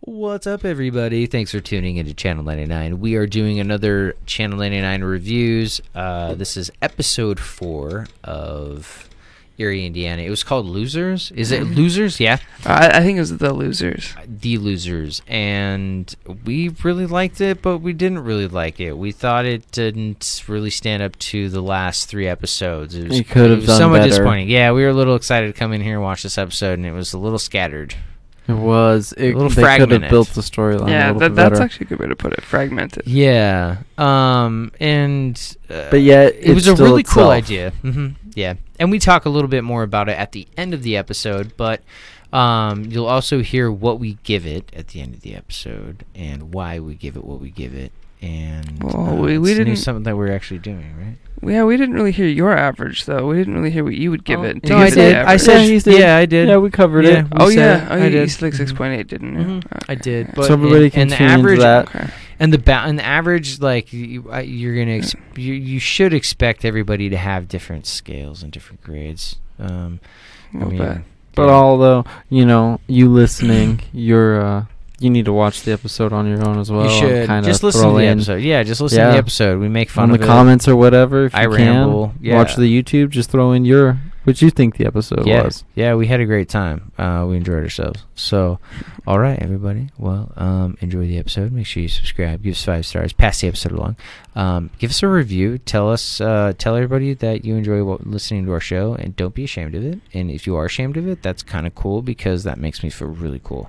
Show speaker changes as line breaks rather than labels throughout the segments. What's up, everybody? Thanks for tuning into Channel 99. We are doing another Channel 99 reviews. Uh, this is episode four of Erie, Indiana. It was called Losers. Is it
Mm-hmm.
Losers? Yeah.
I, I think it was the losers.
The Losers. And we really liked it, but we didn't really like it. We thought it didn't really stand up to the last three episodes. It was,
It could have
it was
done
somewhat
better.
disappointing. Yeah, we were a little excited to come in here and watch this episode, and it was a little scattered.
It was. It,
little
they could have
fragmented.
built the storyline.
yeah,
a little
that,
bit
that's
better.
actually a good way to put it. Fragmented.
Yeah. Um. And. Uh,
But yet,
it was
it's
a
still
really cool
itself.
idea. hmm Yeah. And we talk a little bit more about it at the end of the episode, but um, you'll also hear what we give it at the end of the episode and why we give it what we give it. And
Well,
uh,
we-
it's
we
new
didn't-
something that we're actually doing, right?
Yeah, we didn't really hear your average though. We didn't really hear what you would give
Oh,
it. to
no, I
get to the
did. I
average.
said-
yeah, he did.
yeah, I did.
Yeah, we covered
Yeah,
it.
we
Oh
We said
yeah,
it.
oh,
I
you, you
did.
said like six point eight, didn't you?
Mhm. Mm-hmm. I
Okay.
did.
So everybody can tune into
average,
that.
Okay.
and the ba- and the average like you, I- you're gonna ex- you, you should expect everybody to have different scales and different grades. Um,
A
I
little
mean,
bit.
But
yeah.
although you know, you listening, you're uh, you need to watch the episode on your own as well.
you
and
should
kinda
just listen
throw
to the
in
episode. Yeah, just listen to
Yeah.
the episode. We make fun
on the
of it.
comments or whatever. If
I
you
ramble,
can
yeah.
watch the YouTube. Just throw in your what you think the episode
yeah.
was.
Yeah, we had a great time. Uh, we enjoyed ourselves. So, all right, everybody. Well, um, enjoy the episode. Make sure you subscribe. Give us five stars. Pass the episode along. Um, give us a review. Tell us. Uh, tell everybody that you enjoy what, listening to our show, and don't be ashamed of it. And if you are ashamed of it, that's kind of cool because that makes me feel really cool.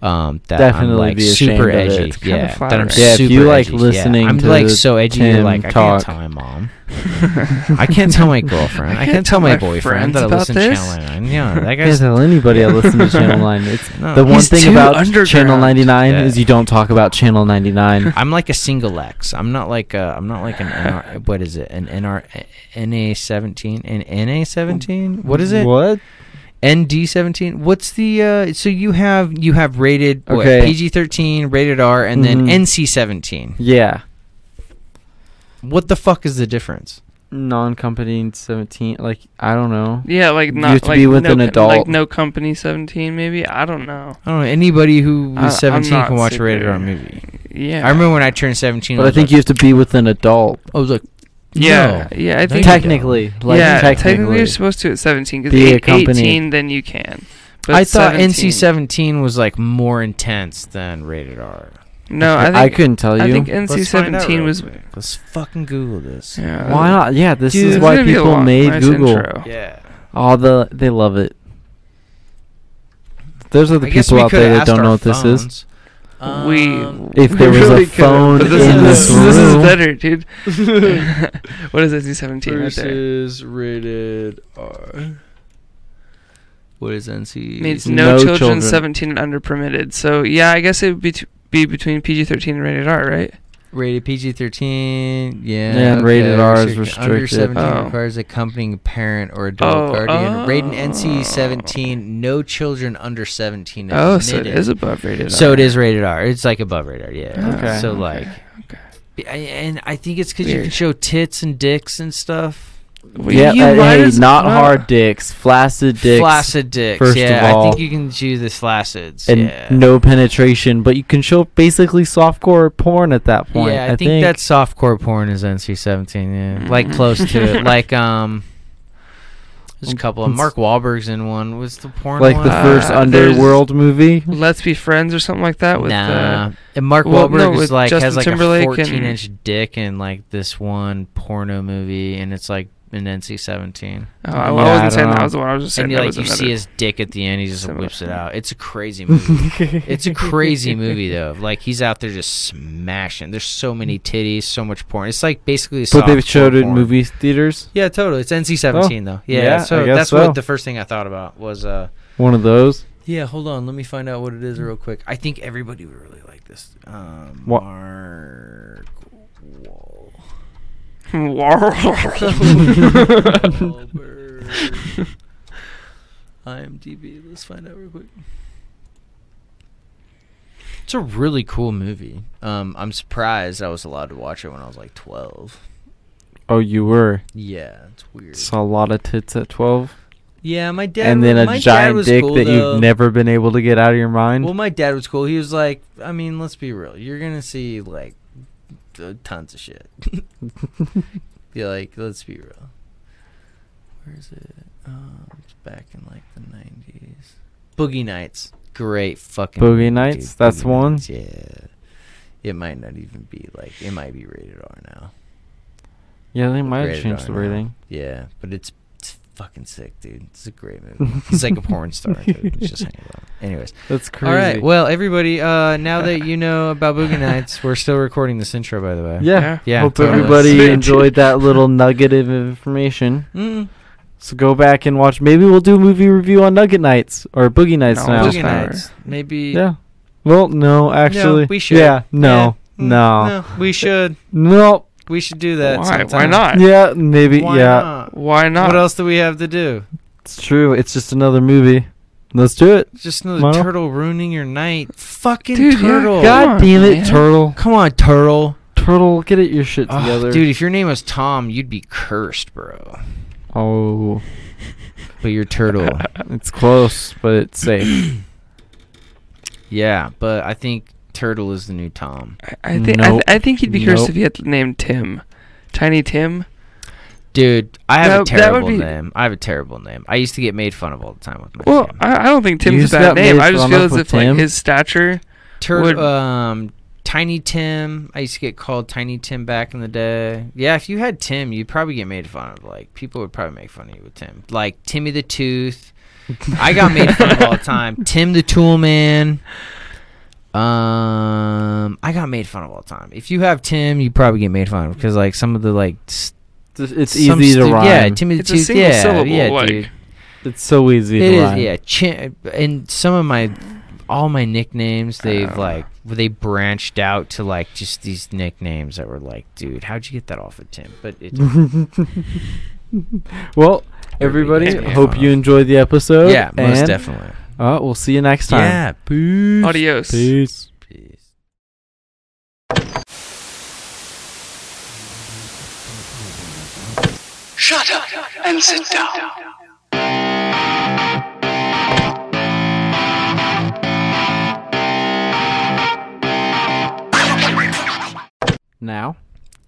Um, that I'm
Definitely
like
be ashamed
super
of it.
edgy.
It's
kinda
Yeah, that I'm
flattering.
Yeah, if
super
you like
edgy. Yeah,
listening
I'm
to
like so edgy. you're
Tim
like I can't
talk-
tell my mom. I can't tell my girlfriend. I can't tell my boyfriend
friends
that I
about
listen to
this.
Channel 99. Yeah, that
I can't
guy's
tell anybody I listen to Channel 9. It's
No.
the one
He's
thing
too
about
underground.
Channel 99
Yeah.
is you don't talk about Channel 99.
I'm like a single X. I'm not like a, I'm not like an NR, what is it? An NR NA seventeen an NA seventeen? What is it?
What?
ND seventeen? What's the uh, so you have you have rated what,
Okay.
PG thirteen, rated R, and then
Mhm.
NC seventeen.
Yeah.
What the fuck is the difference?
Non-competing 17. Like I don't know.
Yeah, like
You
not
have to
like
be with
no
an
co- Like
adult.
no company seventeen, maybe I don't know.
I don't know. Anybody who
I- I'm
is seventeen
not
can watch a
super-
rated R movie.
Yeah,
I remember when I turned seventeen.
But I
was
think
like-
you have to be with an adult.
I was like,
Yeah,
no.
yeah, I
No,
think-
you don't.
Technically, like
yeah,
technically,
you're supposed to at seventeen because
Be a company.
eighteen, then you can. But
I thought
17
NC seventeen was like more intense than rated R.
No, I
I,
think
couldn't tell you.
I think NC
Let's find out
seventeen
real
was.
quick. Let's fucking Google this.
Yeah,
why not? Yeah, this
Dude,
is
it's
why
gonna be a
people
long-
made
nice
Google.
intro.
Yeah.
All the they love it. Those are the
I guess
people
we
out
coulda
there that
asked
don't
our
know what this is.
phones.
we
Um,
If
we
there was a
really could've-
phone
but
in
is-
this
this is
room-
better, dude. what is NC seventeen right there?
versus rated R. What is E? NC?
Means
no
no, children,
children.
seventeen and under permitted. So yeah, I guess it would be, t- be between PG thirteen and rated R, right?
rated PG thirteen. Yeah.
Yeah, and rated R is
Under
restricted.
seventeen
Oh.
requires accompanying parent or adult
Oh,
guardian. Rated
oh.
NC seventeen. No children under seventeen.
Oh, so it
admitted.
is above rated.
So
R.
it is rated R. It's like above rated R. Yeah.
Okay.
So
Okay.
like,
Okay.
B- I- and I think it's because you
Weird.
can show tits and dicks and stuff.
Well,
yeah,
you
uh,
might
hey,
as
not
well-
hard dicks, flaccid dicks,
flaccid dicks.
first
yeah,
of all.
I think you can do the flacids.
and
yeah.
no penetration, but you can show basically softcore porn at that point.
yeah, I, think, that's softcore porn is NC-17. Yeah, like
Mm.
close to it. Like um, there's a couple of
It's-
Mark Wahlberg's in one. What's the porn?
like
one?
the first
Uh, there's-
underworld movie.
Let's be friends or something like that with
nah.
uh,
and Mark
well,
Wahlberg
no,
is
with
like has
Justin
like
Timberlake
a 14
and-
inch dick in like this one porno movie, and it's like an NC-17.
oh, I, I
Yeah, I
wasn't
don't
saying that
know.
was the one. I was just saying
And you
that
like
was
you
another.
see his dick at the end, he just
similar
whips it
thing.
out. It's a crazy movie. it's a crazy movie though. Like he's out there just smashing. There's so many titties, so much porn. It's like basically.
But they
softcore
showed it in
porn.
movie theaters. Oh,
Yeah, totally. It's NC seventeen though. Yeah,
yeah,
so
I guess
that's
so.
what the first thing I thought about was. uh
One of those.
Yeah, hold on. Let me find out what it is real quick. I think everybody would really like this. Um,
What-
Mark. Wahl- Wahlberg. IMDb. Let's find out real quick. It's a really cool movie. Um, I'm surprised I was allowed to watch it when I was like 12.
Oh, you were.
Yeah, it's weird.
Saw a lot of tits at twelve.
Yeah, my dad.
and then
wa-
a
my dad
giant
was
dick
cool,
that
though.
you've never been able to get out of your mind.
Well, my dad was cool. He was like, I mean, let's be real. You're gonna see like t- tons of shit. Be like, let's be real. Where is it? Um, it's back in like the '90s. Boogie Nights, great fucking.
Boogie
movie,
Nights? That's one?
Nights, yeah. It might not even be like it might be rated R now.
yeah, they might have
Rated
changed
R
the
now.
rating.
Yeah, but it's, it's fucking sick, dude. It's a great movie. He's like a porn star, dude. He's just hanging out. Anyways.
That's crazy.
All right. Well, everybody, uh, now that you know about Boogie Nights, we're still recording this intro, by the way.
yeah,
Yeah,
Hope
totally.
everybody
Sweet.
enjoyed that little nugget of information.
Mm,
So go back and watch. Maybe we'll do a movie review on Nugget Nights or Boogie Nights
No,
now.
Boogie
Hour.
Nights. Maybe. mm,
Yeah. Well, no, actually.
we should.
Yeah. No.
Yeah, mm,
No.
We should.
No.
We should do that.
Why? Why
sometime.
not?
Yeah. Maybe.
Why
yeah.
not?
Why not?
What else do we have to do?
It's true. It's just another movie. Let's do it.
Just another
Mono?
turtle ruining your night. Fucking
Dude, yeah.
turtle.
God
God damn it,
man.
Turtle.
Come on, turtle.
Turtle, get it your shit
Ugh,
together.
dude, if your name was Tom, you'd be cursed, bro.
Oh,
But you're turtle.
it's close, but it's safe.
yeah, but I think turtle is the new Tom.
I, I think I,
Nope.
th- I think he'd be cursed
Nope.
if he had named Tim, Tiny Tim.
Dude, I have a
No, that would
terrible
be-
name. I have a terrible name. I used to get made fun of all the time with my
Well,
name.
I, I don't think
You
Tim's
just
a
got
bad name.
made
I just
fun
feel
of
as
with
if like
Tim?
his stature.
Tur-
would-
um, Tiny Tim. I used to get called Tiny Tim back in the day. Yeah, if you had Tim, you'd probably get made fun of. Like people would probably make fun of you with Tim. Like Timmy the Tooth. I got made fun of all the time. Tim the Tool Man. Um, I got made fun of all the time. If you have Tim, you probably get made fun of because like some of the like s-
It's
some
easy to
stu-
rhyme.
Yeah, Timmy the
It's a
Tooth.
single
yeah,
syllable,
yeah,
like-
dude.
it's so easy
It
to
is,
rhyme.
yeah. Chin, and some of my, all my nicknames, they've
Uh.
like they branched out to like just these nicknames that were like, dude, how'd you get that off of Tim? But it,
well,
Everybody
everybody,
gets made
hope
fun
you
of.
enjoyed the episode.
yeah, most
and,
definitely.
Uh, we'll see you next time.
Yeah, peace.
Adios.
Peace.
Peace.
Shut up and sit down.
Now,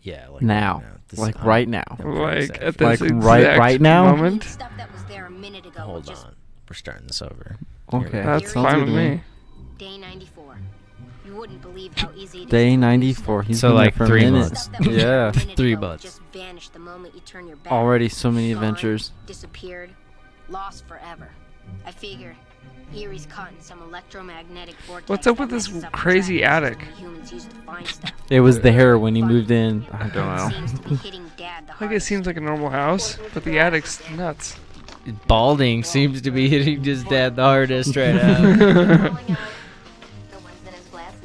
Yeah, like
Now.
right This-
like
I'm-
right now.
I'm pretty
Like
sad.
at
Like,
this
right-
exact
right now?
moment.
Stuff that was there a minute ago.
hold
which is
on, we're starting this over.
Okay,
That's
Sounds
fine
good
with
to
me.
Day 94. You wouldn't believe how easy it is to
Day
lose
ninety-four. He's
So,
been there
like,
for a
three
minute.
months.
Stuff that was there
yeah.
a minute
Three
ago
months.
Just vanished the moment you turn your back.
Already so many
Gone,
adventures.
Disappeared, lost forever. I figure Erie's caught in some electromagnetic vortex.
What's up
that
with this
messes up the
crazy
tracking
attic?
system Humans use to find stuff.
It was the hair when he moved in. I don't know.
Seems to be hitting Dad
Like
the
it
hardest.
seems like a normal house, but the attic's nuts.
Balding seems to be hitting his dad the hardest right now.
Calling out the ones that has glasses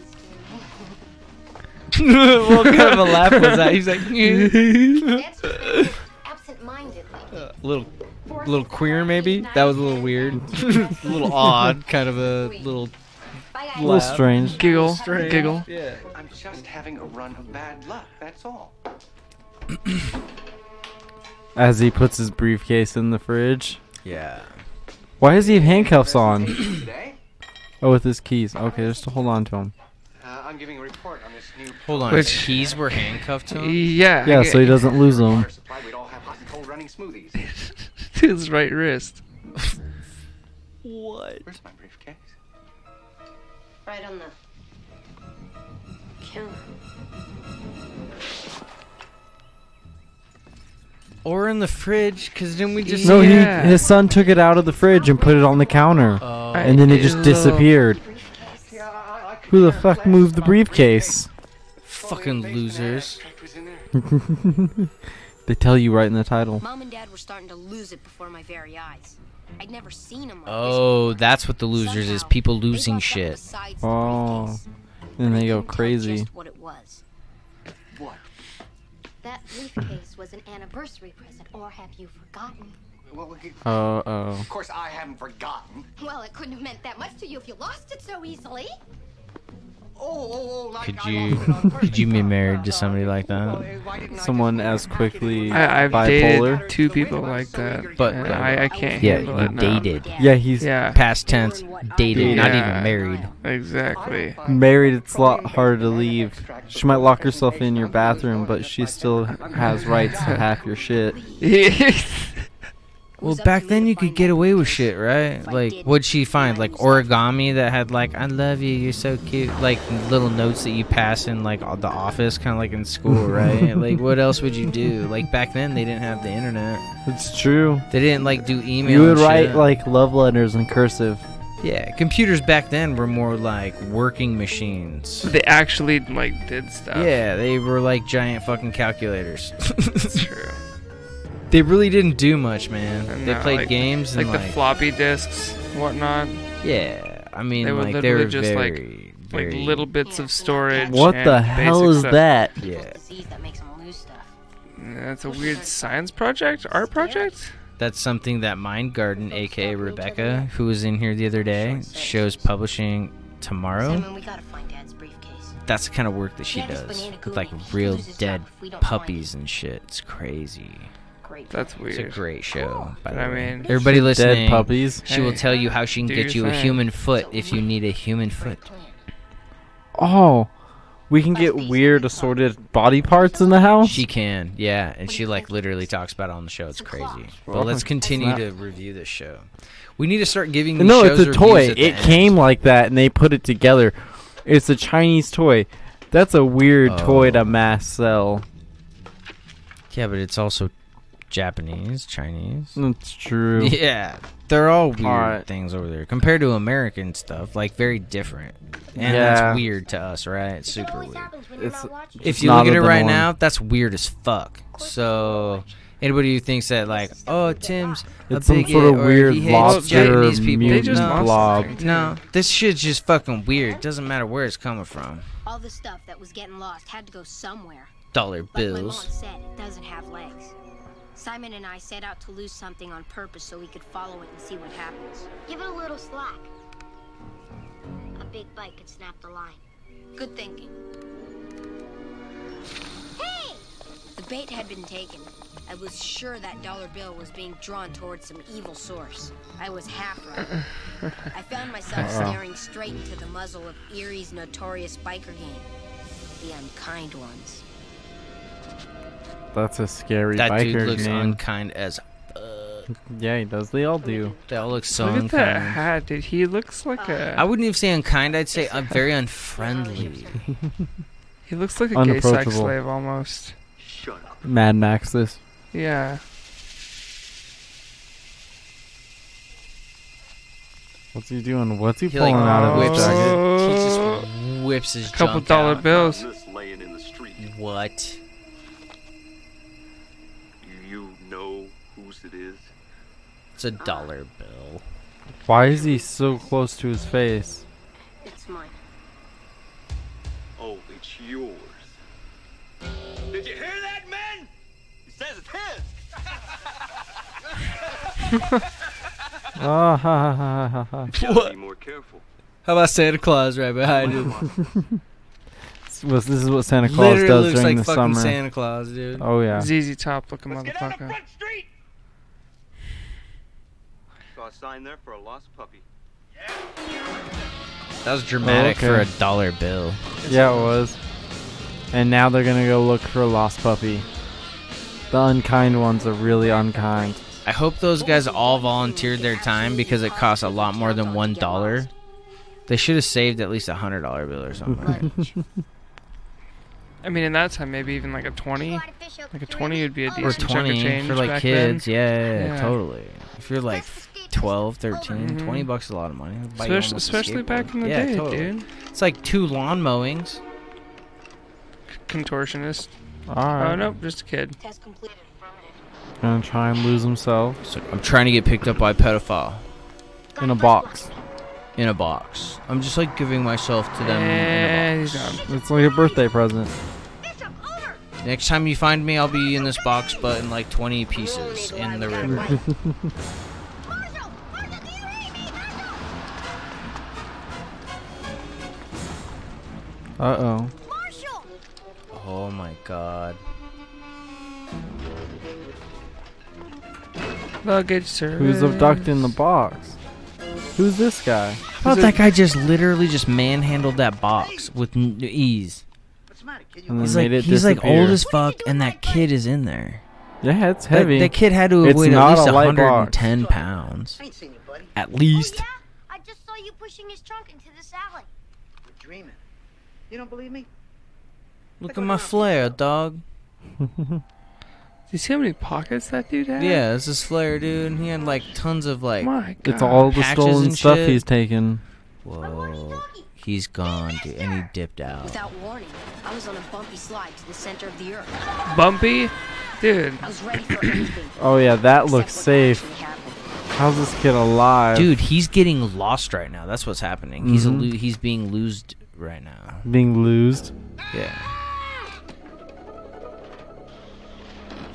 too.
what kind of a laugh was that? He's like,
That's just been absent-minded lately.
little little queer maybe. That was a little weird, a little odd, kind of a little
Bye,
A
guys.
little strange.
Giggle, giggle.
I'm just having a run of bad luck, that's all.
As he puts his briefcase in the fridge.
yeah.
Why does he have handcuffs on?
Today,
Oh, with his keys. Okay, just to hold on to him.
uh, I'm giving a report on this new
Hold on,
Which-
his keys were handcuffed to him.
Yeah.
Yeah,
I
so he
get-
doesn't lose them.
water supply. We'd all have hot and cold running smoothies.
his right wrist.
What?
Where's my briefcase?
Right on the counter.
Or in the fridge? Cause then we just
No,
Yeah.
he his son took it out of the fridge and put it on the counter,
Oh,
I-
and then it just
Ew.
disappeared.
Briefcase.
Yeah, I, I could
Who the
care
fuck
less
moved the
about
briefcase?
fucking losers.
Extract was in there.
They tell you right in the title.
Mom and Dad were starting to lose it before my very eyes. I'd never seen them like
Oh,
this.
that's what the losers is. People losing shit.
Oh, And they go crazy.
Just what it was.
Hmm.
What?
That briefcase was an anniversary present, or have you forgotten?
Well, we-
Uh oh.
of course, I haven't forgotten.
Well, it couldn't have meant that much to you if you lost it so easily.
oh, oh, like
Could
I
you
lost it on
could you be
purpose.
married to somebody like
Well,
that?
eh, why didn't I just
Someone
wait
as
and hack it
quickly
with-
I, I've
Bipolar?
dated two people like that.
But-
and I, I can't
Yeah,
handle
you
it now.
dated.
Yeah, he's
Yeah,
Past tense, dated, not
Yeah.
even married.
exactly.
married. It's a lot harder to leave. She might lock herself in your bathroom, but she still has rights to half your shit.
Well, back then you could get away with shit, right?
If I
Like,
did,
what'd she find?
I
Like
knew something.
origami that had like "I love you, you're so cute," like little notes that you pass in like the office, kind of like in school, right? like, what else would you do? Like back then they didn't have the internet.
It's true.
They didn't like do email.
You would
and
write
shit.
like love letters in cursive.
yeah, computers back then were more like working machines.
they actually like did stuff.
Yeah, they were like giant fucking calculators.
That's true.
they really didn't do much, man.
And
they
now,
played
like-
games
Like
and
the
like,
floppy disks, whatnot,
yeah. I mean,
They were
like they
literally
were
just, like-
very,
like
very-
little bits of storage.
What
and
the hell
basic
is
stuff.
that?
Yeah,
Disease that makes them lose stuff.
That's a weird science project, art project.
that's something that Mind Garden, aka Rebecca, who was in here the other day, shows publishing tomorrow.
Simon, we gotta find Dad's briefcase.
That's the kind of work that she
Yeah, just
does
banana
with like
cooling. He
real
loses
dead
stuff if we don't find
puppies and shit. It's crazy.
Great.
That's
It's a
weird.
great show. By
But
the
I
way.
mean-
everybody listening,
Dead puppies.
She will
Hey,
tell you how she can
do
get you
your
a
thing.
human foot if you need a human foot.
Oh, we can get weird assorted body parts in the house.
She can, yeah, and she like literally talks about it on the show. It's crazy. But let's continue to review this show. We need to start giving. These
no,
shows
it's a toy.
reviews at the
It
end.
came like that, and they put it together. It's a Chinese toy. That's a weird toy
Oh.
to mass sell.
Yeah, but it's also Japanese, Chinese.
That's true.
Yeah, they're all weird
Alright.
things over there compared to American stuff. Like very different, and that's
Yeah.
weird to us, right? It's super weird.
It's-
If
It's
you look
not
at
a
it right
norm.
now, that's weird as fuck. So anybody who thinks that like, oh, Tim's a
It's some
bigot
sort of
or
weird
he hates
lobster
Japanese people,
They
mutant
just lost
blob.
something.
No, this shit's just fucking weird. Doesn't matter where it's coming from.
All the stuff that was getting lost had to go somewhere.
Dollar
Like my mom
bills.
said, it doesn't have legs. Simon and I set out to lose something on purpose so we could follow it and see what happens. Give it a little slack. A big bite could snap the line. Good thinking. Hey! The bait had been taken. I was sure that dollar bill was being drawn towards some evil source. I was half right. I found myself staring straight into the muzzle of Erie's notorious biker gang, the unkind ones.
That's a scary
That
biker
dude looks
name.
unkind as.
yeah, he does. They all do.
They all look so
Look at
unkind.
that hat, dude. He looks like
I
a.
wouldn't even say unkind. I'd say uh, very unfriendly.
He looks like a gay sex
Unapproachable.
slave almost.
Shut up.
Mad Max this.
Yeah.
What's he doing? What's he,
He like
pulling out of
whips.
his jacket?
He
Oh.
just whips his
A couple
junk
dollar
out.
bills.
This laying in the street.
What?
Do you know whose it is?
It's a dollar bill.
Why is he so close to his face?
It's mine.
Oh, it's yours. Did you hear that, man? He says it's his.
Ah ha ha ha ha ha.
Gotta Be more careful.
How about Santa Claus right behind him?
This was- this is what Santa Claus
Literally
does
looks
during
like
the
fucking
summer.
Santa Claus, dude.
Oh yeah.
ZZ Top looking
Let's get out of
motherfucker.
Front Street. Saw a sign there for a lost puppy.
That was dramatic
okay.
for a dollar bill.
Yeah, it was. And now they're gonna go look for a lost puppy. The unkind ones are really unkind.
I hope those guys all volunteered their time because it costs a lot more than one dollar. They should have saved at least a hundred dollar bill or something.
I mean, in that time, maybe even like a 20. Like a 20 would be a
or
decent chunk of
twenty
change
for like
back
kids.
then.
Yeah, yeah, yeah,
Yeah.
totally. If you're like 12, 13,
Mhm.
20 bucks is a lot of money. Buy you almost a
Especially, especially
skateboard.
back in the
Yeah,
day,
totally.
dude.
It's like two lawn mowings.
Contortionist.
Alright.
Oh, nope, just a kid.
Test completed.
Gonna try and lose himself
So I'm trying to get picked up by a pedophile
in a box.
in a box. I'm just like giving myself to them.
And
In a
he's gone.
It's like a birthday present.
box. Next time you find me, I'll be in this box, but in like 20 pieces in the river.
Uh oh.
Marshall!
Oh my god.
Luggage service.
Who's abducting the box? Who's this guy?
How about
Is
that
it-
guy just literally just manhandled that box with n- ease?
What's the matter, kid?
And
He's
then
like
made it
he's like
disappear.
old as
What are you
fuck,
doing
and
with
that
my
kid is in there.
Yeah, it's
That,
heavy.
that kid had to have
It's
weighed
not
at least
a light box.
110 pounds,
I ain't seen you, buddy.
at least.
Oh, yeah? I just saw you pushing his trunk into this alley.
You're dreaming. You don't believe me?
Look at my flare, dog.
Do you see how many pockets that dude had?
Yeah, this is flare, dude. And he had like tons of like.
My God.
it's all the
Patches
stolen
and
stuff
shit.
he's taken.
Whoa, he's gone, dude, and he dipped out.
Without warning, I was on a bumpy slide to the center of the earth.
bumpy, dude.
I was ready for anything.
Oh yeah, that
except
looks
what
safe.
actually happened.
How's this kid alive?
Dude, he's getting lost right now. That's what's happening. He's a
Mhm.
lo- he's being losed right now.
being loosed,
Yeah.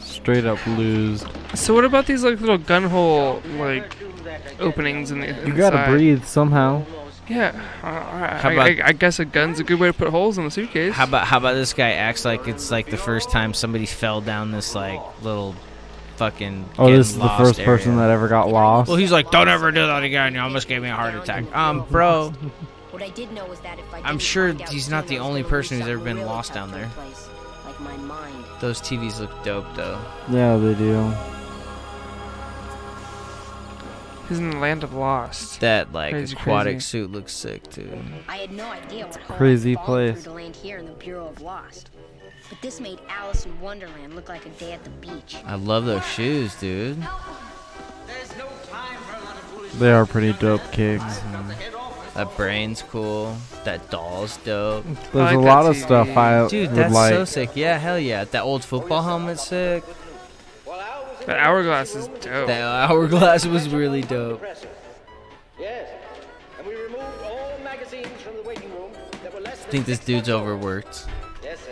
straight up loosed.
So what about these like little gun hole like openings in the? In
You
the
gotta
side?
breathe somehow.
Yeah. uh, alright,
How
I,
about-
I, I guess a gun's a good way to put holes in a suitcase.
How about how about this guy acts like it's like the first time somebody fell down this like little fucking.
Oh,
getting
this is the
lost
first person
area.
that ever got lost.
Well, he's like, don't ever do that again. You almost gave me a heart attack. Um, bro,
What I did know was that if I
I'm
didn't
sure
find out
he's
soon,
not the
I was
only
gonna
person
lose
who's ever
something
been
really
lost down
tough
there.
Place, like my mind.
those TVs look dope though.
yeah, they do.
He's in the land of lost.
That like
Crazy,
aquatic
crazy.
suit looks sick too.
I had no idea what hole I'd
Crazy
fallen through
place.
to land here in the Bureau of Lost. But this made Alice in Wonderland look like a day at the beach.
I love those shoes, dude.
There's no time for a lot of foolish
They are pretty dope kicks.
head off.
That brain's cool. That doll's dope.
There's
like
a
that
lot of
TV.
stuff I
Dude,
would
that's
like.
so sick. Yeah, hell yeah. That old football helmet's sick.
Well, I was in
That hourglass is dope.
That hourglass was really dope.
presser. Yes. And we removed all magazines from the waiting room that were less
I
than
think this
six
dude's
months old.
overworked.
Yes, sir.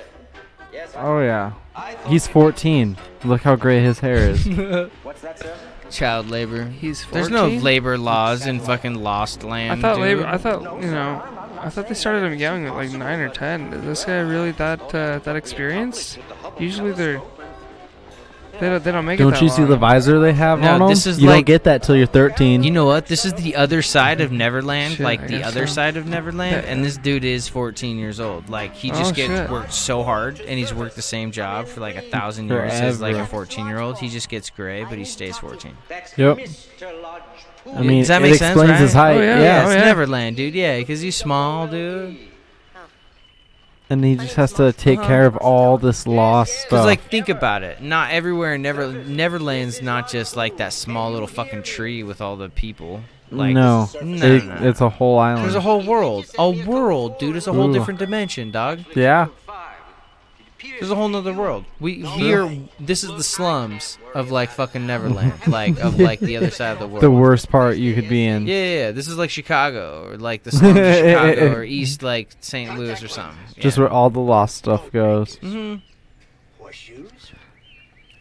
Yes, sir.
Oh yeah,
I thought
he's
we-
14. Look how gray his hair is.
What's that, sir?
Child labor.
He's 14?
There's no labor laws in fucking Lost Land.
I thought
dude.
labor. I thought you know. I thought they started him young at like nine or ten. Is this guy really that uh, that experienced? Usually they're. They don't, they don't make it
Don't
that
you see the
long.
visor they have
No,
on 'em?
this is
you
like-
don't get that till you're 13.
You know what? This is the other side of Neverland,
Shit, I
like the
guess
other
so.
side of Neverland, and this dude is 14 years old. Like he just
Oh,
gets
shit.
worked so hard, and he's worked the same job for like a thousand years as like a
Forever.
14 year old. He just gets gray, but he stays 14.
That's
Yep.
Mr. Lodge Poole.
I mean,
Does that
it
make sense,
explains his
right?
height.
Oh, yeah,
Yeah,
oh,
it's
yeah.
Neverland, dude. Yeah, because he's small, dude.
and he just has to take care of all this lost
Because
stuff.
like, think about it. Not everywhere in Never Neverland's not just like that small little fucking tree with all the people. Like,
no,
no,
It-
no.
it's a whole island.
There's a whole world. A world, dude. It's a whole
Ooh.
different dimension, dog.
yeah,
There's a whole nother world. We here. This is the slums of like fucking Neverland, like of like the other side of the world.
the worst part you could be in.
Yeah, yeah, yeah. This is like Chicago or like the slums of Chicago or East like St. Louis or something. Yeah.
Just where all the lost stuff goes.
Mhm.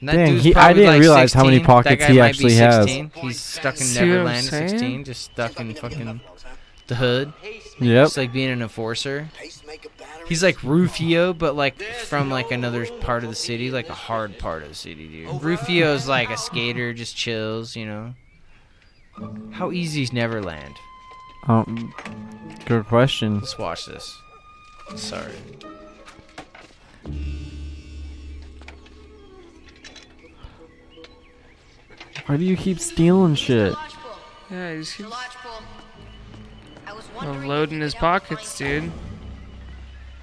And that
Dang,
dude's
he- I
probably,
didn't realize how many
16. That
pockets
guy
he
might be
actually has.
16. He's stuck in
See what I'm
Neverland at 16,
saying?
just stuck in fucking the hood.
Yep.
It's like being an enforcer. He's like Rufio, but like from like another part of the city, like a hard part of the city, dude. Rufio's like a skater, just chills, you know. How easy is Neverland?
Um, good question.
Let's watch this. Sorry.
Why do you keep stealing shit?
Lodgepole,
Yeah, he's
the lodgepole. I was wondering if you
loading
could
his
help me
pockets,
find-
dude.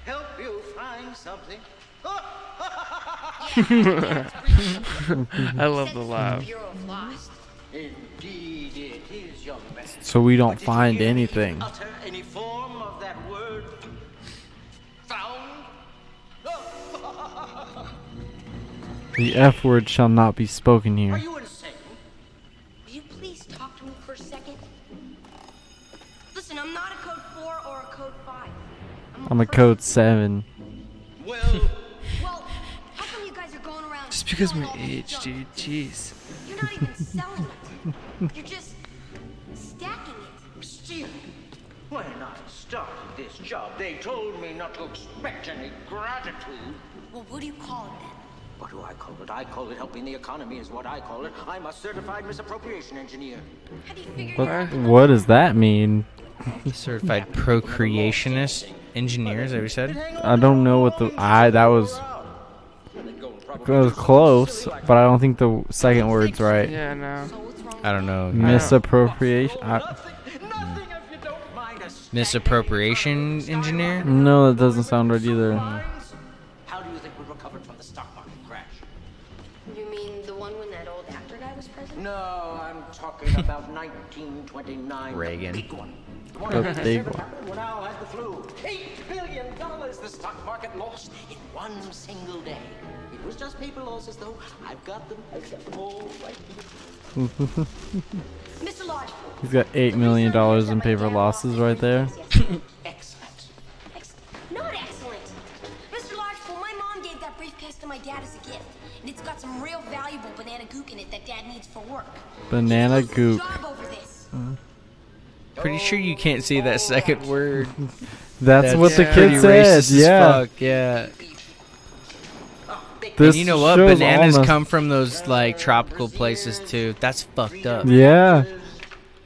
Help you find something.
I love the
Since
laugh.
Bureau of Lost.
Indeed, it is, young man.
So we don't
Did you
find
hear me
anything.
Utter any form of that word. Found.
The F word shall not be spoken
Are
here.
you insane?
Will you please talk to me for a second? Listen, I'm not a code 4 or a code 5.
I'm a code seven.
Well,
Well, how come you guys are going around
Just because of
selling
my
all this
age,
junk?
dude. Jeez.
You're not even selling it. You're just stacking it.
Steve, we're not starting this job, they told me not to expect any gratitude.
Well, what do you call it then?
What do I call it? I call it helping the economy, is what I call it. I'm a certified misappropriation engineer.
How do you figure it
Huh?
Uh.
out?
What does that mean?
Certified procreationist engineer, is that what you said?
I don't know what the I that was that was close, but I don't think the second word's right.
Yeah, no.
So what's wrong
I don't know.
Misappropriation. I,
Nothing, nothing if you don't mind us.
Misappropriation engineer?
no, that doesn't sound right either.
How do you think we recovered from the stock market crash?
You mean the one when that old actor guy was president?
No, I'm talking about 1929. the
Reagan.
big one. The one
The
that
big
never
one.
happened when Al had the flu. Eight billion dollars the stock market lost in one single day. It was just paper losses, though. I've got them. I've got them all right here.
Mr. Lodge.
He's got eight million dollars in paper losses right there.
Excellent.
Ex- Not excellent. Mr. Lodgepole, my mom gave that briefcase to my dad as a gift, and it's got some real valuable banana gook in it that dad needs for work.
Banana
He lost
gook.
his job over this.
Pretty sure you can't say that second word.
That's, what the
yeah.
kid
pretty racist
said.
as
Yeah.
fuck, yeah.
This
and you know what?
shows
Bananas
almost-
come from those like tropical places too. That's fucked up.
Yeah.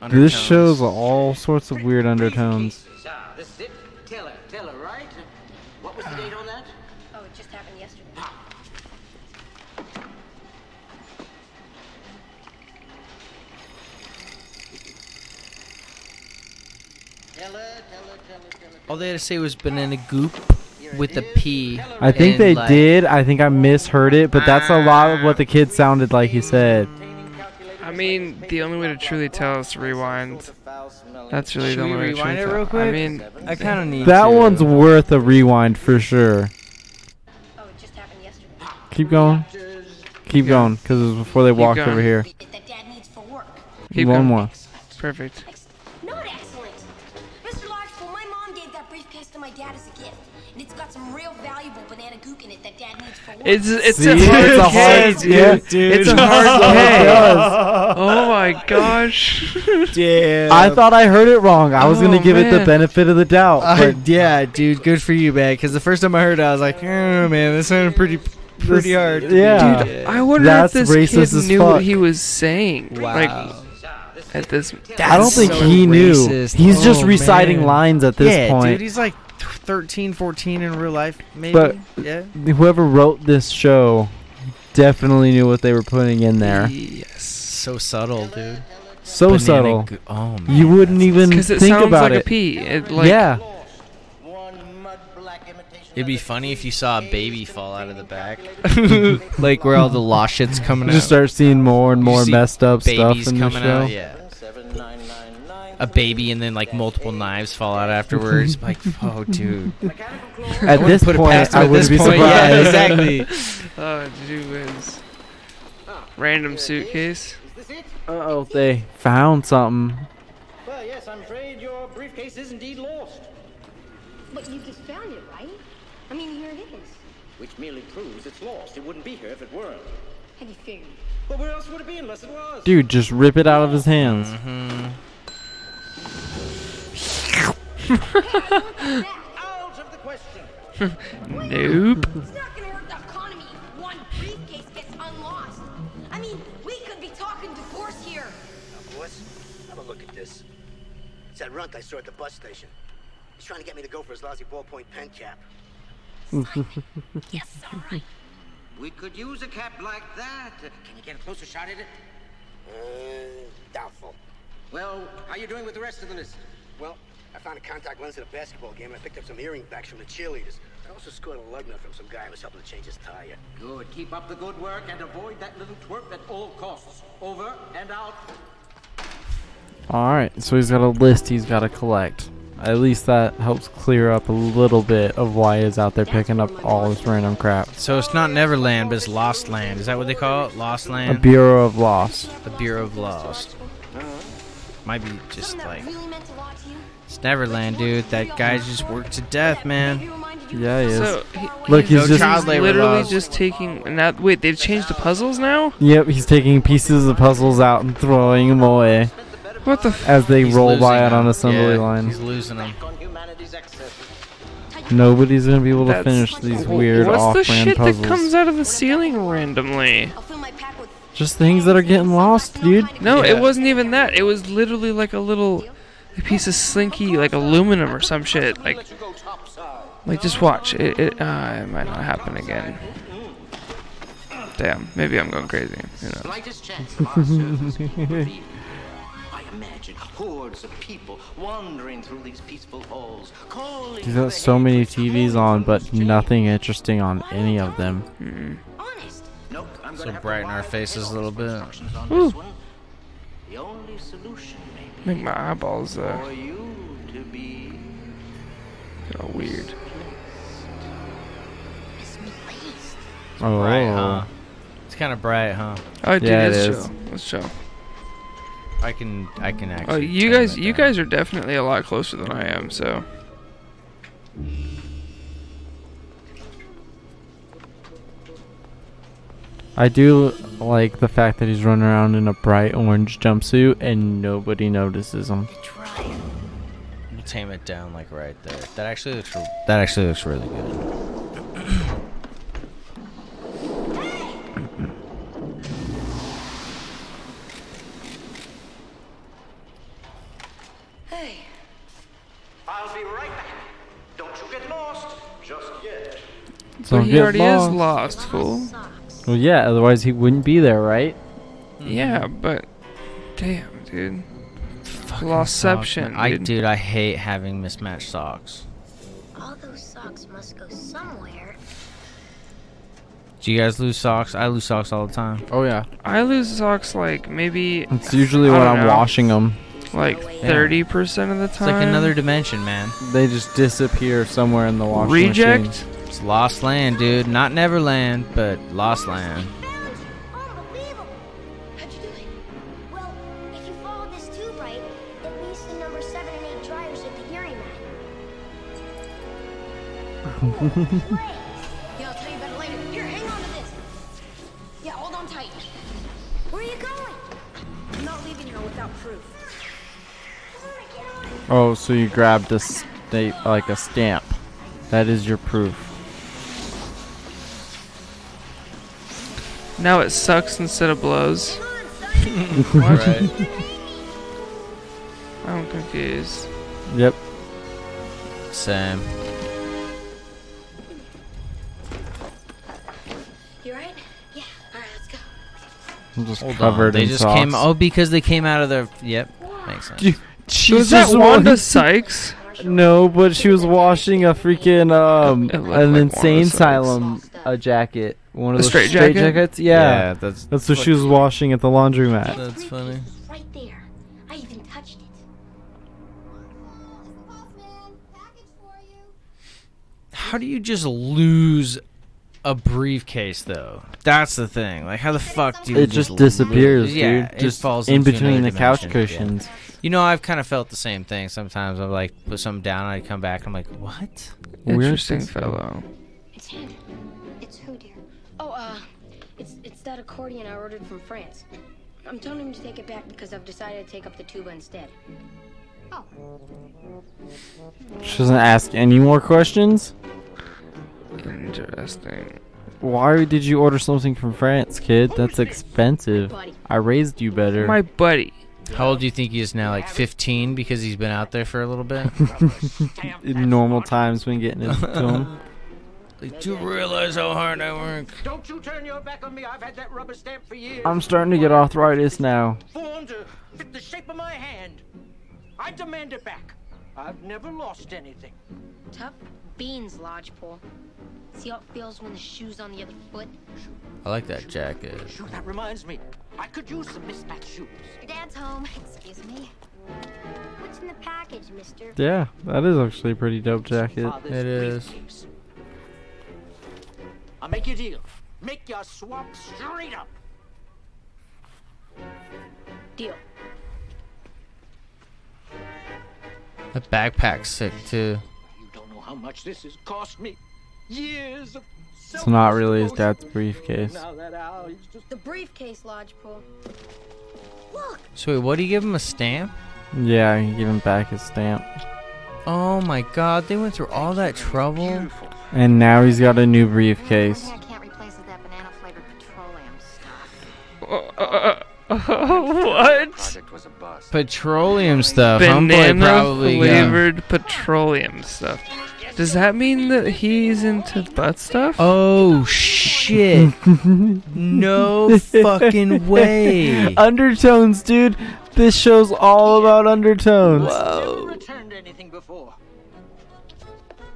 Undertones.
This shows all sorts of weird undertones.
Briefcases. Ah, this is it. Tell her, tell her, right? What was the date on that?
Oh, it just happened yesterday.
Tell her, tell her, tell her, tell her.
All they had to say was banana goop with a P.
I think
and,
they
like,
did. I think I misheard it, but that's a lot of what the kid sounded like he said.
I mean, the only way to truly tell is to rewind. That's really
Should
the
we
only way to truly
rewind it
tell.
real quick?
I mean,
I kind of need
That
to.
one's worth a rewind for sure.
Oh, it just happened yesterday.
Keep going. Keep going, because it was before they walked
going.
over here.
That dad needs for work.
keep
One
going.
more.
Perfect.
Ex- Not excellent. Mr. Lodgepole, my mom gave that briefcase to my dad as a gift, and it's got some real valuable banana gook in it that dad needs for work.
It's it's
See?
a hard
It's a hard
K, dude.
K, dude.
It's a hard K. Oh my gosh.
Damn.
I thought I heard it wrong. I was
Oh,
gonna give it the
man.
benefit of the doubt.
I,
but
yeah, dude, good for you, man. Because the first time I heard it, I was like, oh, man, this sounded pretty, pretty
This-
hard.
yeah.
Dude,
I wonder
That's
if
racist
this kid
as
knew
fuck.
what he was saying.
wow.
Like at this.
I don't think
so
he knew.
racist.
He's just
Oh,
reciting
man.
lines at this
yeah,
point.
dude, he's like 13, 14 in real life, maybe.
But-
yeah.
Whoever wrote this show definitely knew what they were putting in there.
Yes.
So subtle, dude.
So subtle.
oh, man.
You wouldn't even
Because it
think
sounds
about
like a
it.
P. It like
yeah.
It'd be funny if you saw a baby fall out of the back, like where all the law shit's coming
Just
out.
start seeing more and
You
more
see
messed up stuff
babies
in the
coming
show.
out. Yeah. A baby and then like multiple knives fall out afterwards. like, oh, dude.
At
wouldn't
this
put it past
point,
him
I wouldn't
at this
be
point.
surprised.
Yeah, exactly.
Oh, gee whiz. Random suitcase.
Uh-oh, they found something.
Well, yes, I'm afraid your briefcase is indeed lost,
But you just found it, right? I mean, here it is.
which merely proves it's lost. It wouldn't be here if it weren't.
How do you figure it?
But where else would it be unless it was?
Dude, just rip it out of his hands.
Out of the question.
Nope.
It's not gonna hurt the economy if one briefcase gets unlost. I mean, we could be talking divorce here.
Boys, have a look at this. It's that runt I saw at the bus station. He's trying to get me to go for his lousy ballpoint pen cap.
Yes, all right.
We could use a cap like that. Can you get a closer shot at it?
Uh, doubtful.
Well, how you doing with the rest of the list?
Well, I found a contact lens at a basketball game and I picked up some earring backs from the cheerleaders. I also scored a lug nut from some guy who was helping to change his tire.
Good. Keep up the good work and avoid that little twerp at all costs. Over and out.
All right, so he's got a list he's got to collect. At least that helps clear up a little bit of why he's out there picking up all this random crap.
So it's not Neverland, but it's Lost Land. Is that what they call it? Lost
A
Land?
Bureau of Loss.
The Bureau of Lost. Might be just
Something that
like.
really meant a lot to you.
It's Neverland, dude. That guy's just worked to death,
Maybe
man.
reminded you
Yeah,
of
he is.
something
So
far
he-
away.
Look, he's
No
just
child labor
literally
laws.
just taking. Now, wait, they've changed the puzzles now.
Yep, he's taking pieces of puzzles out and throwing them away
What the? F-
as they
He's
roll
losing
by it on
them.
assembly
Yeah,
line.
He's losing them.
On humanity's excess.
Nobody's gonna be able to
That's-
finish these
Wh-
weird
What's the
off-brand
shit
puzzles.
that comes out of the ceiling randomly?
I'll fill my pack with.
Just things that are getting lost, dude.
No,
Yeah.
it wasn't even that. It was literally like a little a piece of slinky, like aluminum or some shit. Like, like just watch. It, it, uh, it might not happen again.
Mm-hmm.
Damn, maybe I'm going crazy. Who knows?
Slightest chance of our service being revealed. I imagine hordes of people wandering through these peaceful halls, calling.
He's
for
got so
help.
many TVs on, but nothing interesting on any of them.
Honest.
Nope, I'm
So
gonna have to
brighten our
wire the
faces
head
a little
office
bit.
instructions on this one. The only solution may
Make my eyeballs
be
uh,
for you to be
go weird.
Misplaced.
Oh,
Bright, huh? It's kind of bright, huh?
Oh, dude,
Yeah, it
let's
is.
chill. Let's chill.
I can, I can actually.
Oh, you
turn
guys,
that
you
down.
guys are definitely a lot closer than I am. So,
I do like the fact that he's running around in a bright orange jumpsuit and nobody notices him.
We'll tame it down like right there. That actually looks. re- That actually looks really good.
Hey,
I'll be right back. Don't you get lost just yet.
So
but he already is lost, fool.
socks.
Well, yeah, otherwise he wouldn't be there, right?
Yeah, but damn, dude. Lostception.
I,
dude.
dude, I hate having mismatched socks.
All those socks must go somewhere.
Do you guys lose socks? I lose socks all the time.
Oh yeah,
I lose socks like maybe
it's usually
I
when
don't
I'm
know.
washing them.
like
Yeah.
thirty percent of the
It's
time.
like another dimension, man.
They just disappear somewhere in the washing
reject.
machine.
It's lost land, dude. Not Neverland, but lost land.
Found you. Unbelievable. How'd you do it?
Well, if you follow this tube right, it leads to number seven and eight dryers at the Erie Mat. Wait,
Yeah, I'll tell you about it later. Here, hang on to this. Yeah, hold on tight.
where are you going?
I'm not leaving here without proof.
Oh, so you grabbed a stamp, like a stamp. That is your proof.
Now it sucks instead of blows.
Right.
I'm confused.
Yep.
Same.
You right? Yeah. All right, let's go.
I'm just
Hold
covered
on. They
in
just
socks.
came. Oh, because they came out of their. Yep. Makes sense.
Dude,
Was
Jesus,
that Wanda
what-
Sykes?
No, but she was washing a freaking um
It looked
an
like one of
insane
those
asylum uh, jacket. One of
The
those
straight
straight,
jacket?
jackets. Yeah.
that's
That's what she was washing at the laundromat.
That's funny.
Right there. I even touched it.
How do you just lose a briefcase though? That's the thing. Like, how the fuck do you?
It just
lose-
disappears,
Yeah,
dude.
it
just
falls
in
into
between
another
the couch
dimension. Yeah.
cushions.
You know, I've kind of felt the same thing. Sometimes i am like put something down, and I come back, and I'm like, what?
Weird
Interesting
system.
fellow.
It's him. It's who, dear?
Oh, uh, it's it's that accordion I ordered from France. I'm telling him to take it back because I've decided to take up the tuba instead.
She doesn't ask any more questions.
Interesting.
Why did you order something from France, kid? That's expensive.
Buddy.
I raised you better.
My buddy.
How old do you think he is now? Like 15, because he's been out there for a little bit.
in normal times when getting it to him.
Like, do you realize how hard I work?
Don't you turn your back on me. I've had that rubber stamp for years.
I'm starting to get arthritis now.
Formed to fit the shape of my hand. I demand it back. I've never lost anything.
Tough beans, Lodgepole. See how it feels when the shoe's on the other foot?
I like that jacket.
Shoot, that reminds me. I could use some mismatched shoes.
Your dad's home. Excuse me. What's in the package, mister?
Yeah, that is actually a pretty dope jacket.
Father's
it is.
briefcase. I'll make you a deal. Make your swap straight up.
Deal.
That backpack's sick too.
You don't know how much this has cost me. Years of.
It's not really his dad's briefcase.
Now that owl is just
The briefcase, Lodgepole.
So wait, what do you give him a stamp?
Yeah, I can give him back his stamp.
Oh my god, they went through all that trouble.
Beautiful.
And now he's got a new briefcase.
I can't replace with that banana flavored petroleum stuff.
what?
Project was a bust.
Petroleum stuff. Homeboy
Banana
probably got.
flavored petroleum stuff. Does that mean that he's into butt stuff?
Oh shit. no fucking way.
undertones, dude. This show's all about undertones.
Oh.
Never returned anything before.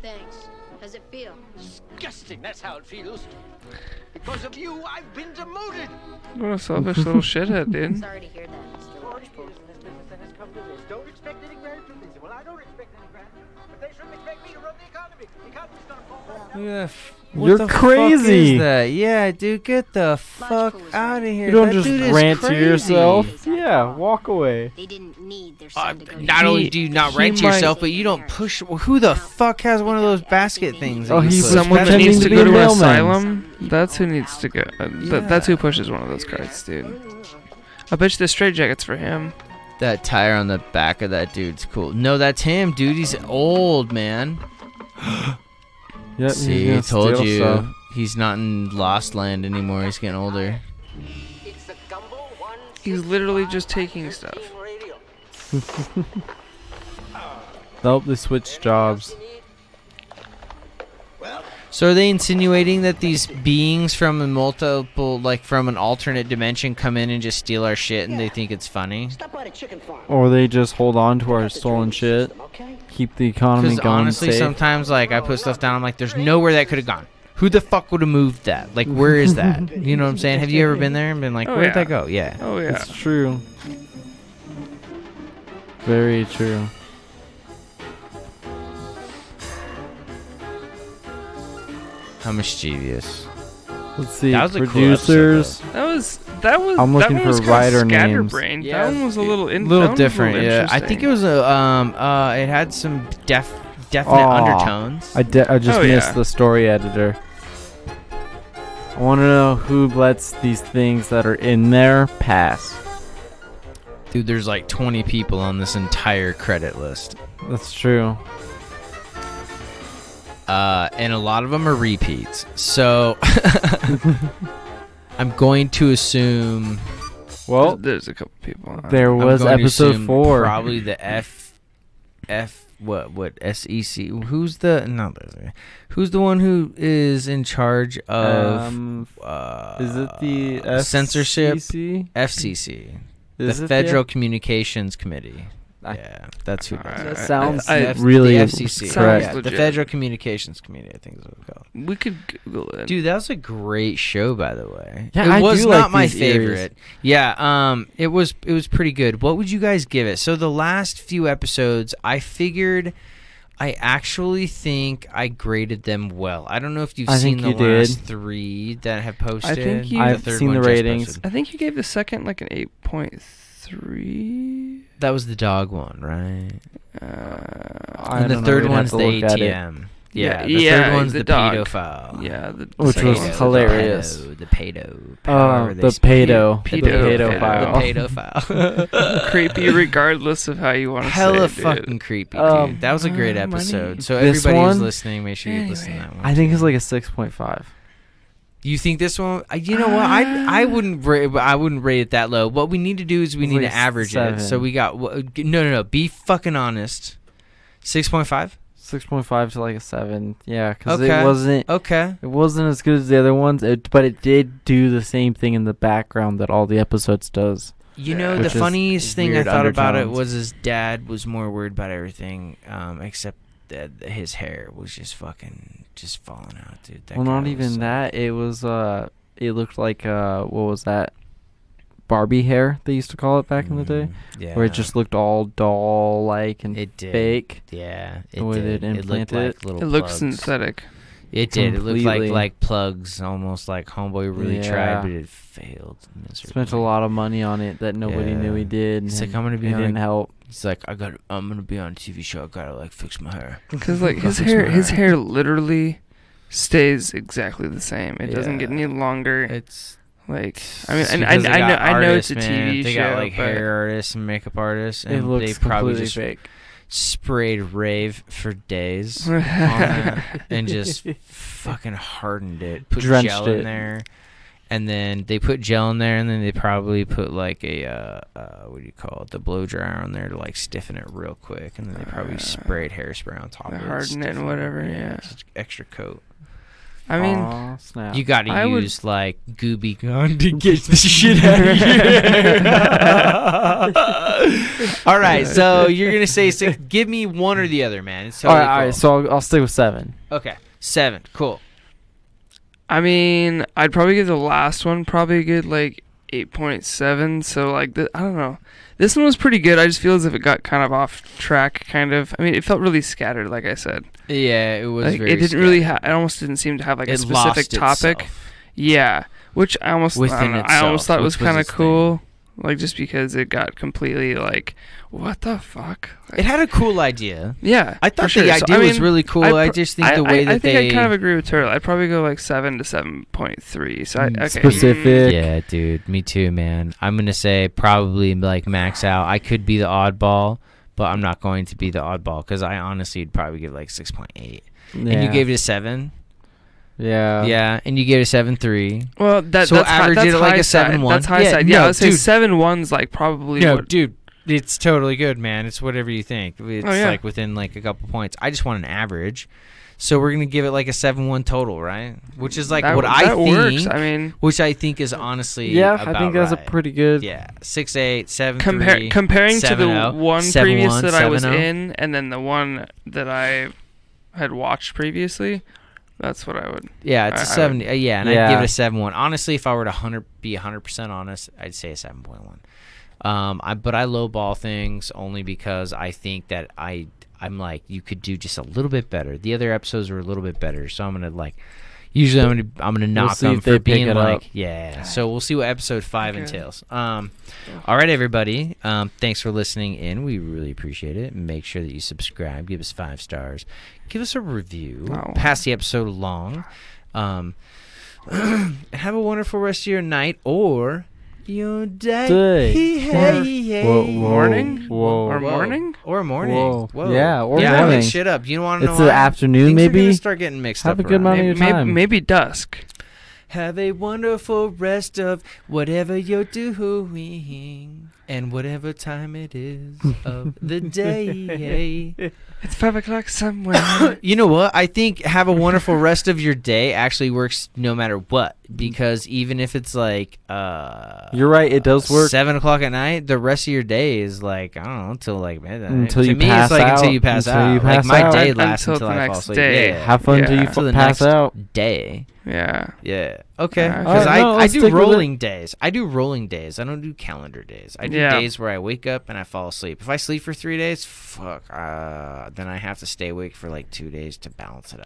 Thanks. How's it feel?
Disgusting. That's how it feels. Because of you, I've been demoted.
What a selfish little shithead, dude.
Sorry to hear that, Mr.
Forty years in this business and has come to this. Don't expect any gratitude. They say, Well, I don't expect any gratitude, but they shouldn't expect me to run the economy. The economy's gonna fall right now.
Look at that f- what
You're
the Fuck
crazy.
is that? Yeah, dude, get the fuck
was right.
out of here.
You don't
That
just
dude is
rant to
crazy.
yourself. Yeah, walk away.
They didn't need their
Uh,
son to go to
not only do you not
he
rant to
might-
yourself, but you don't push. Who the fuck has one of those basket things? that
Oh,
you
he
push?
was
Someone that
pretending
needs to
to be
go
a
to
mailman.
asylum. That's who needs to go. Uh, th- that's who pushes one of those carts, dude. I bet you the straitjacket's for him.
That tire on the back of that dude's cool. No, that's him, dude. He's old, man.
Yep,
See, I told you. He's not in Lost Land anymore. He's getting older.
It's the Gumbo One.
He's literally just taking stuff.
Radio.
Nope, they switched jobs.
So are they insinuating that these beings from a multiple, like from an alternate dimension, come in and just steal our shit, and they think it's funny?
Stop by the chicken farm.
Or they just hold on to our stolen shit,
Okay.
keep the economy
Because
going
honestly,
safe.
sometimes like I put stuff down, I'm like, there's nowhere that could have gone. Who the fuck would have moved that? Like, where is that? You know what I'm saying? Have you ever been there and been like,
Oh,
where'd
yeah.
that go? Yeah.
Oh yeah.
It's true. Very true.
How mischievous.
Let's see.
That was a cool
producers.
episode,
That was that was.
I'm
that
looking
one
for
was kinda
rider names.
scatterbrained. that one was a little in, that one
little
was a
different. yeah, I think it
interesting.
was a um uh, it had some def definite
Aw.
undertones.
I, de- I just
Oh,
missed
yeah.
the story editor. I want to know who lets these things that are in there pass.
Dude, there's like 20 people on this entire credit list,
That's true.
uh, and a lot of them are repeats. So I'm going to assume
Well,
There's, there's a couple people. on
there
I'm
was
going to
episode
assume
four.
Probably the F, F what what SEC? Who's the no? there's- Who's the one who is in charge of?
Um,
uh,
is it the
censorship?
FCC?
FCC,
Is
the
it
Federal Communications Committee.
I-
yeah, that's who.
That
does it.
sounds
The
I-
F-
really
the FCC.
correct.
Yeah, the
Sounds
Federal Communications Committee. I think is what it's called.
We could Google it.
Dude, that was a great show, by the way.
Yeah,
it
I
was
do
not
like
my
these ears.
favorite. Yeah, um, it was it was pretty good. What would you guys give it? So the last few episodes, I figured, I actually think I graded them well. I don't know if you've
I
seen the
think you
last
did.
three that have posted.
you-
The
I've
third
seen
one
the
just
ratings.
posted.
I think you gave the second like an eight point three.
That was the dog one, right?
Uh,
I
and the
don't know,
third
we'd have
one's
to
the
look at it.
ATM.
Yeah,
Yeah, the
yeah,
third one's
the
the,
dog.
pedophile.
yeah, the
Which
second
was
one
Pedo,
a
hilarious.
The pedo. The pedo.
Oh,
however they
the
spell it.
pedo.
Pedo-
The
pedo-
pedophile.
The pedophile.
dog. creepy, regardless of how you want to say
Hella
it, dude.
fucking creepy, dude.
Um,
that was a great
uh,
episode.
money.
So
This
everybody who's
one?
listening, make sure you listen to that one.
I think it's like a 6.5.
you think this one? I- You know what? I I
Ah.
wouldn't rate I wouldn't rate it that low. What we need to do is we
At
need to
least
average it. So
seven.
we got wha- uh, no no no. Be fucking honest. Six point five.
6.5 to like a 7. Yeah, because
Okay.
it wasn't.
Okay.
It wasn't as good as the other ones, it, but it did do the same thing in the background that all the episodes does.
You know, the
Which is
funniest thing I
weird
thought about it
undertones.
was his dad was more worried about everything, um, except that his hair was just fucking just falling out, dude. That
well,
guy
not
was
even
so-
that. It was uh, it looked like uh, what was that? Barbie hair they used to call it back in the day,
Mhm. Yeah.
where it just looked all doll like and
It did.
fake.
Yeah, it
The way
did.
they'd
It looked
implant
like
it.
little.
It looks
plugs.
synthetic.
It did. It looked
Completely.
like like plugs, almost like Homeboy really tried,
Yeah.
but it failed. Miserably.
Spent a lot of money on it that nobody knew he
Yeah.
did.
He's
and
like, "I'm gonna be
it
on a-
didn't help.
He's like, I got. I'm gonna be on a TV show. I gotta like fix my hair.
Because like his
Fix
hair,
my
his hair literally stays exactly the same. It doesn't get
Yeah.
any longer.
It's
Like I mean,
It's
and I, I
because
know
they got
I know it's
artists,
a
man.
TV
They
show,
got like
but
hair artists and makeup artists, and
it looks
they probably
completely
just
fake.
sprayed rave for days on it and just fucking hardened it, put
Drenched
gel
it.
in there, and then they put gel in there, and then they probably put like a uh, uh, what do you call it, the blow dryer on there to like stiffen it real quick, and then they probably
Uh,
sprayed hairspray on top
to
of it,
harden it and
stiffen
whatever, yeah.
just extra coat.
I mean,
Aw, snap.
You gotta
I would-
use like Gooby Gun to get the shit out of here. all right, so you're gonna say six. Give me one or the other, man. It's
all
totally
right, all
cool.
right. So I'll, I'll stay with seven.
okay, seven, cool.
I mean, I'd probably give the last one probably a good like 8.7. So like, th- I don't know. This one was pretty good. I just feel as if it got kind of off track, kind of. I mean, it felt really scattered, like I said.
Yeah, it was.
like
very
it didn't really. Ha-
scary.
it almost didn't seem to have like a
It
specific
lost
topic.
itself.
Yeah, which I almost I,
Within
don't know, I almost
itself,
thought was
which was
kind of
its thing.
cool. Like just because it got completely like, what the fuck? Like,
It had a cool idea.
yeah,
I
for
thought
sure.
the
So,
idea
I
was
mean,
really cool.
I,
I,
pr-
just think the
I-
way
I,
that
I think
they
I kind of agree with Turtle. I'd probably go like seven to seven point three. So I,
Mm,
okay. Mm.
Specific.
Yeah, dude. Me too, man. I'm gonna say probably like max out. I could be the oddball, but I'm not going to be the oddball because I honestly would probably give like six point eight. And you
Yeah.
gave it a seven.
Oh.
Yeah.
yeah, and you gave it a seven three.
Well, that,
So
that's high,
average
that's
it like
high
a
side.
7-1.
That's high
Yeah,
side. Yeah,
no,
I would say
dude.
seven one's like probably.
No,
what,
dude, it's totally good, man. It's whatever you think. It's
Oh, yeah.
like within like a couple points. I just want an average. So we're gonna give it like a seven one total, right? Which is like
That-
what I
that
think.
works. I mean-
which I think is honestly.
Yeah, I
about
think that's a
right.
pretty good.
Yeah, six eight seven.
Compare,
three,
comparing to the
seven oh,
one
seven
previous
one,
that I was
seven oh.
in, and then the one that I had watched previously, that's what I would.
Yeah, it's a
I- I would-
seventy. uh, yeah, and I'd give
Yeah.
it a seven one. Honestly, if I were to hundred be hundred percent honest, I'd say a seven point one. Um, I but I lowball things only because I think that I I'm like you could do just a little bit better. The other episodes were a little bit better, so I'm gonna like. Usually I'm gonna I'm gonna knock
see
them
if they
for
pick
being
it
like
up.
yeah. So we'll see what episode five
Okay.
entails. Um, all right, everybody. Um, thanks for listening in. We really appreciate it. Make sure that you subscribe, give us five stars, give us a review,
Oh.
pass the episode along. Um, and have a wonderful rest of your night or your day.
Day.
Hey, hey, hey.
Morning?
Whoa.
Or
Whoa.
morning?
Or morning.
Whoa.
Whoa.
Yeah, or
yeah, I mix
morning.
shit up. You don't want to know
It's the
why?
afternoon,
Things are
maybe?
gonna start getting mixed
Have
up.
a good
around.
amount of
Maybe,
your
maybe,
time.
maybe dusk.
Have a wonderful rest of whatever you're doing and whatever time it is of the day.
It's five o'clock somewhere.
You know what? I think have a wonderful rest of your day actually works no matter what because even if it's like uh
You're right. It does work.
seven o'clock at night, the rest of your day is like I don't know until like midnight.
Until
to
you
me,
pass
it's like until
out,
you pass
until
out.
you pass
like my
out.
day
Un-
lasts
until
until,
the
I fall
next
asleep.
day.
Yeah.
Have fun till
Yeah.
you f-
Until the
pass
next
out.
day.
yeah.
Yeah. Okay.
Alright.
Because
Alright,
I,
no,
I
let's
do
stick with it.
rolling days. I do rolling days. I don't do calendar days. I do
Yeah.
days where I wake up and I fall asleep. If I sleep for three days, fuck. Uh, then I have to stay awake for like two days to balance it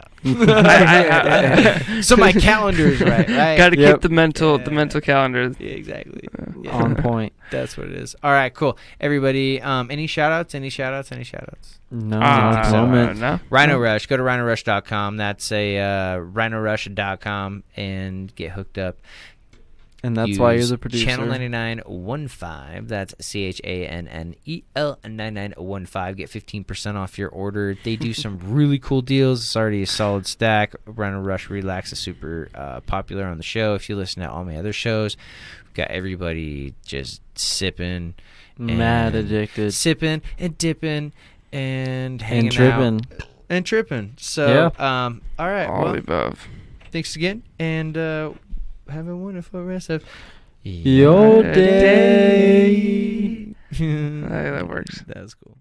out. so my calendar is right. Right.
Got to
Yep.
keep the mental, the mental calendar.
Yeah, exactly. Yeah.
On point.
That's what it is. All right. Cool. Everybody. Um. Any shout outs? Any shout outs? Any shout outs?
No,
Ah,
not at the
no,
moment.
no.
Rhino Rush. Go to rhinorush.com. That's a uh, rhinorush.com and get hooked up.
And that's why you're
use
the producer.
Channel 9915. That's C H A N N E L 9915. Get 15% off your order. They do some really cool deals. It's already a solid stack. Run and Rush Relax is super uh, popular on the show. If you listen to all my other shows, we've got everybody just sipping.
Mad
and-
addicted.
Sipping and dipping and hanging
and tripping.
out. And tripping. So, um, all right.
All
well,
the above.
thanks again. And uh, have a wonderful rest of
Your
Your
day.
Hey, that works.
That's cool.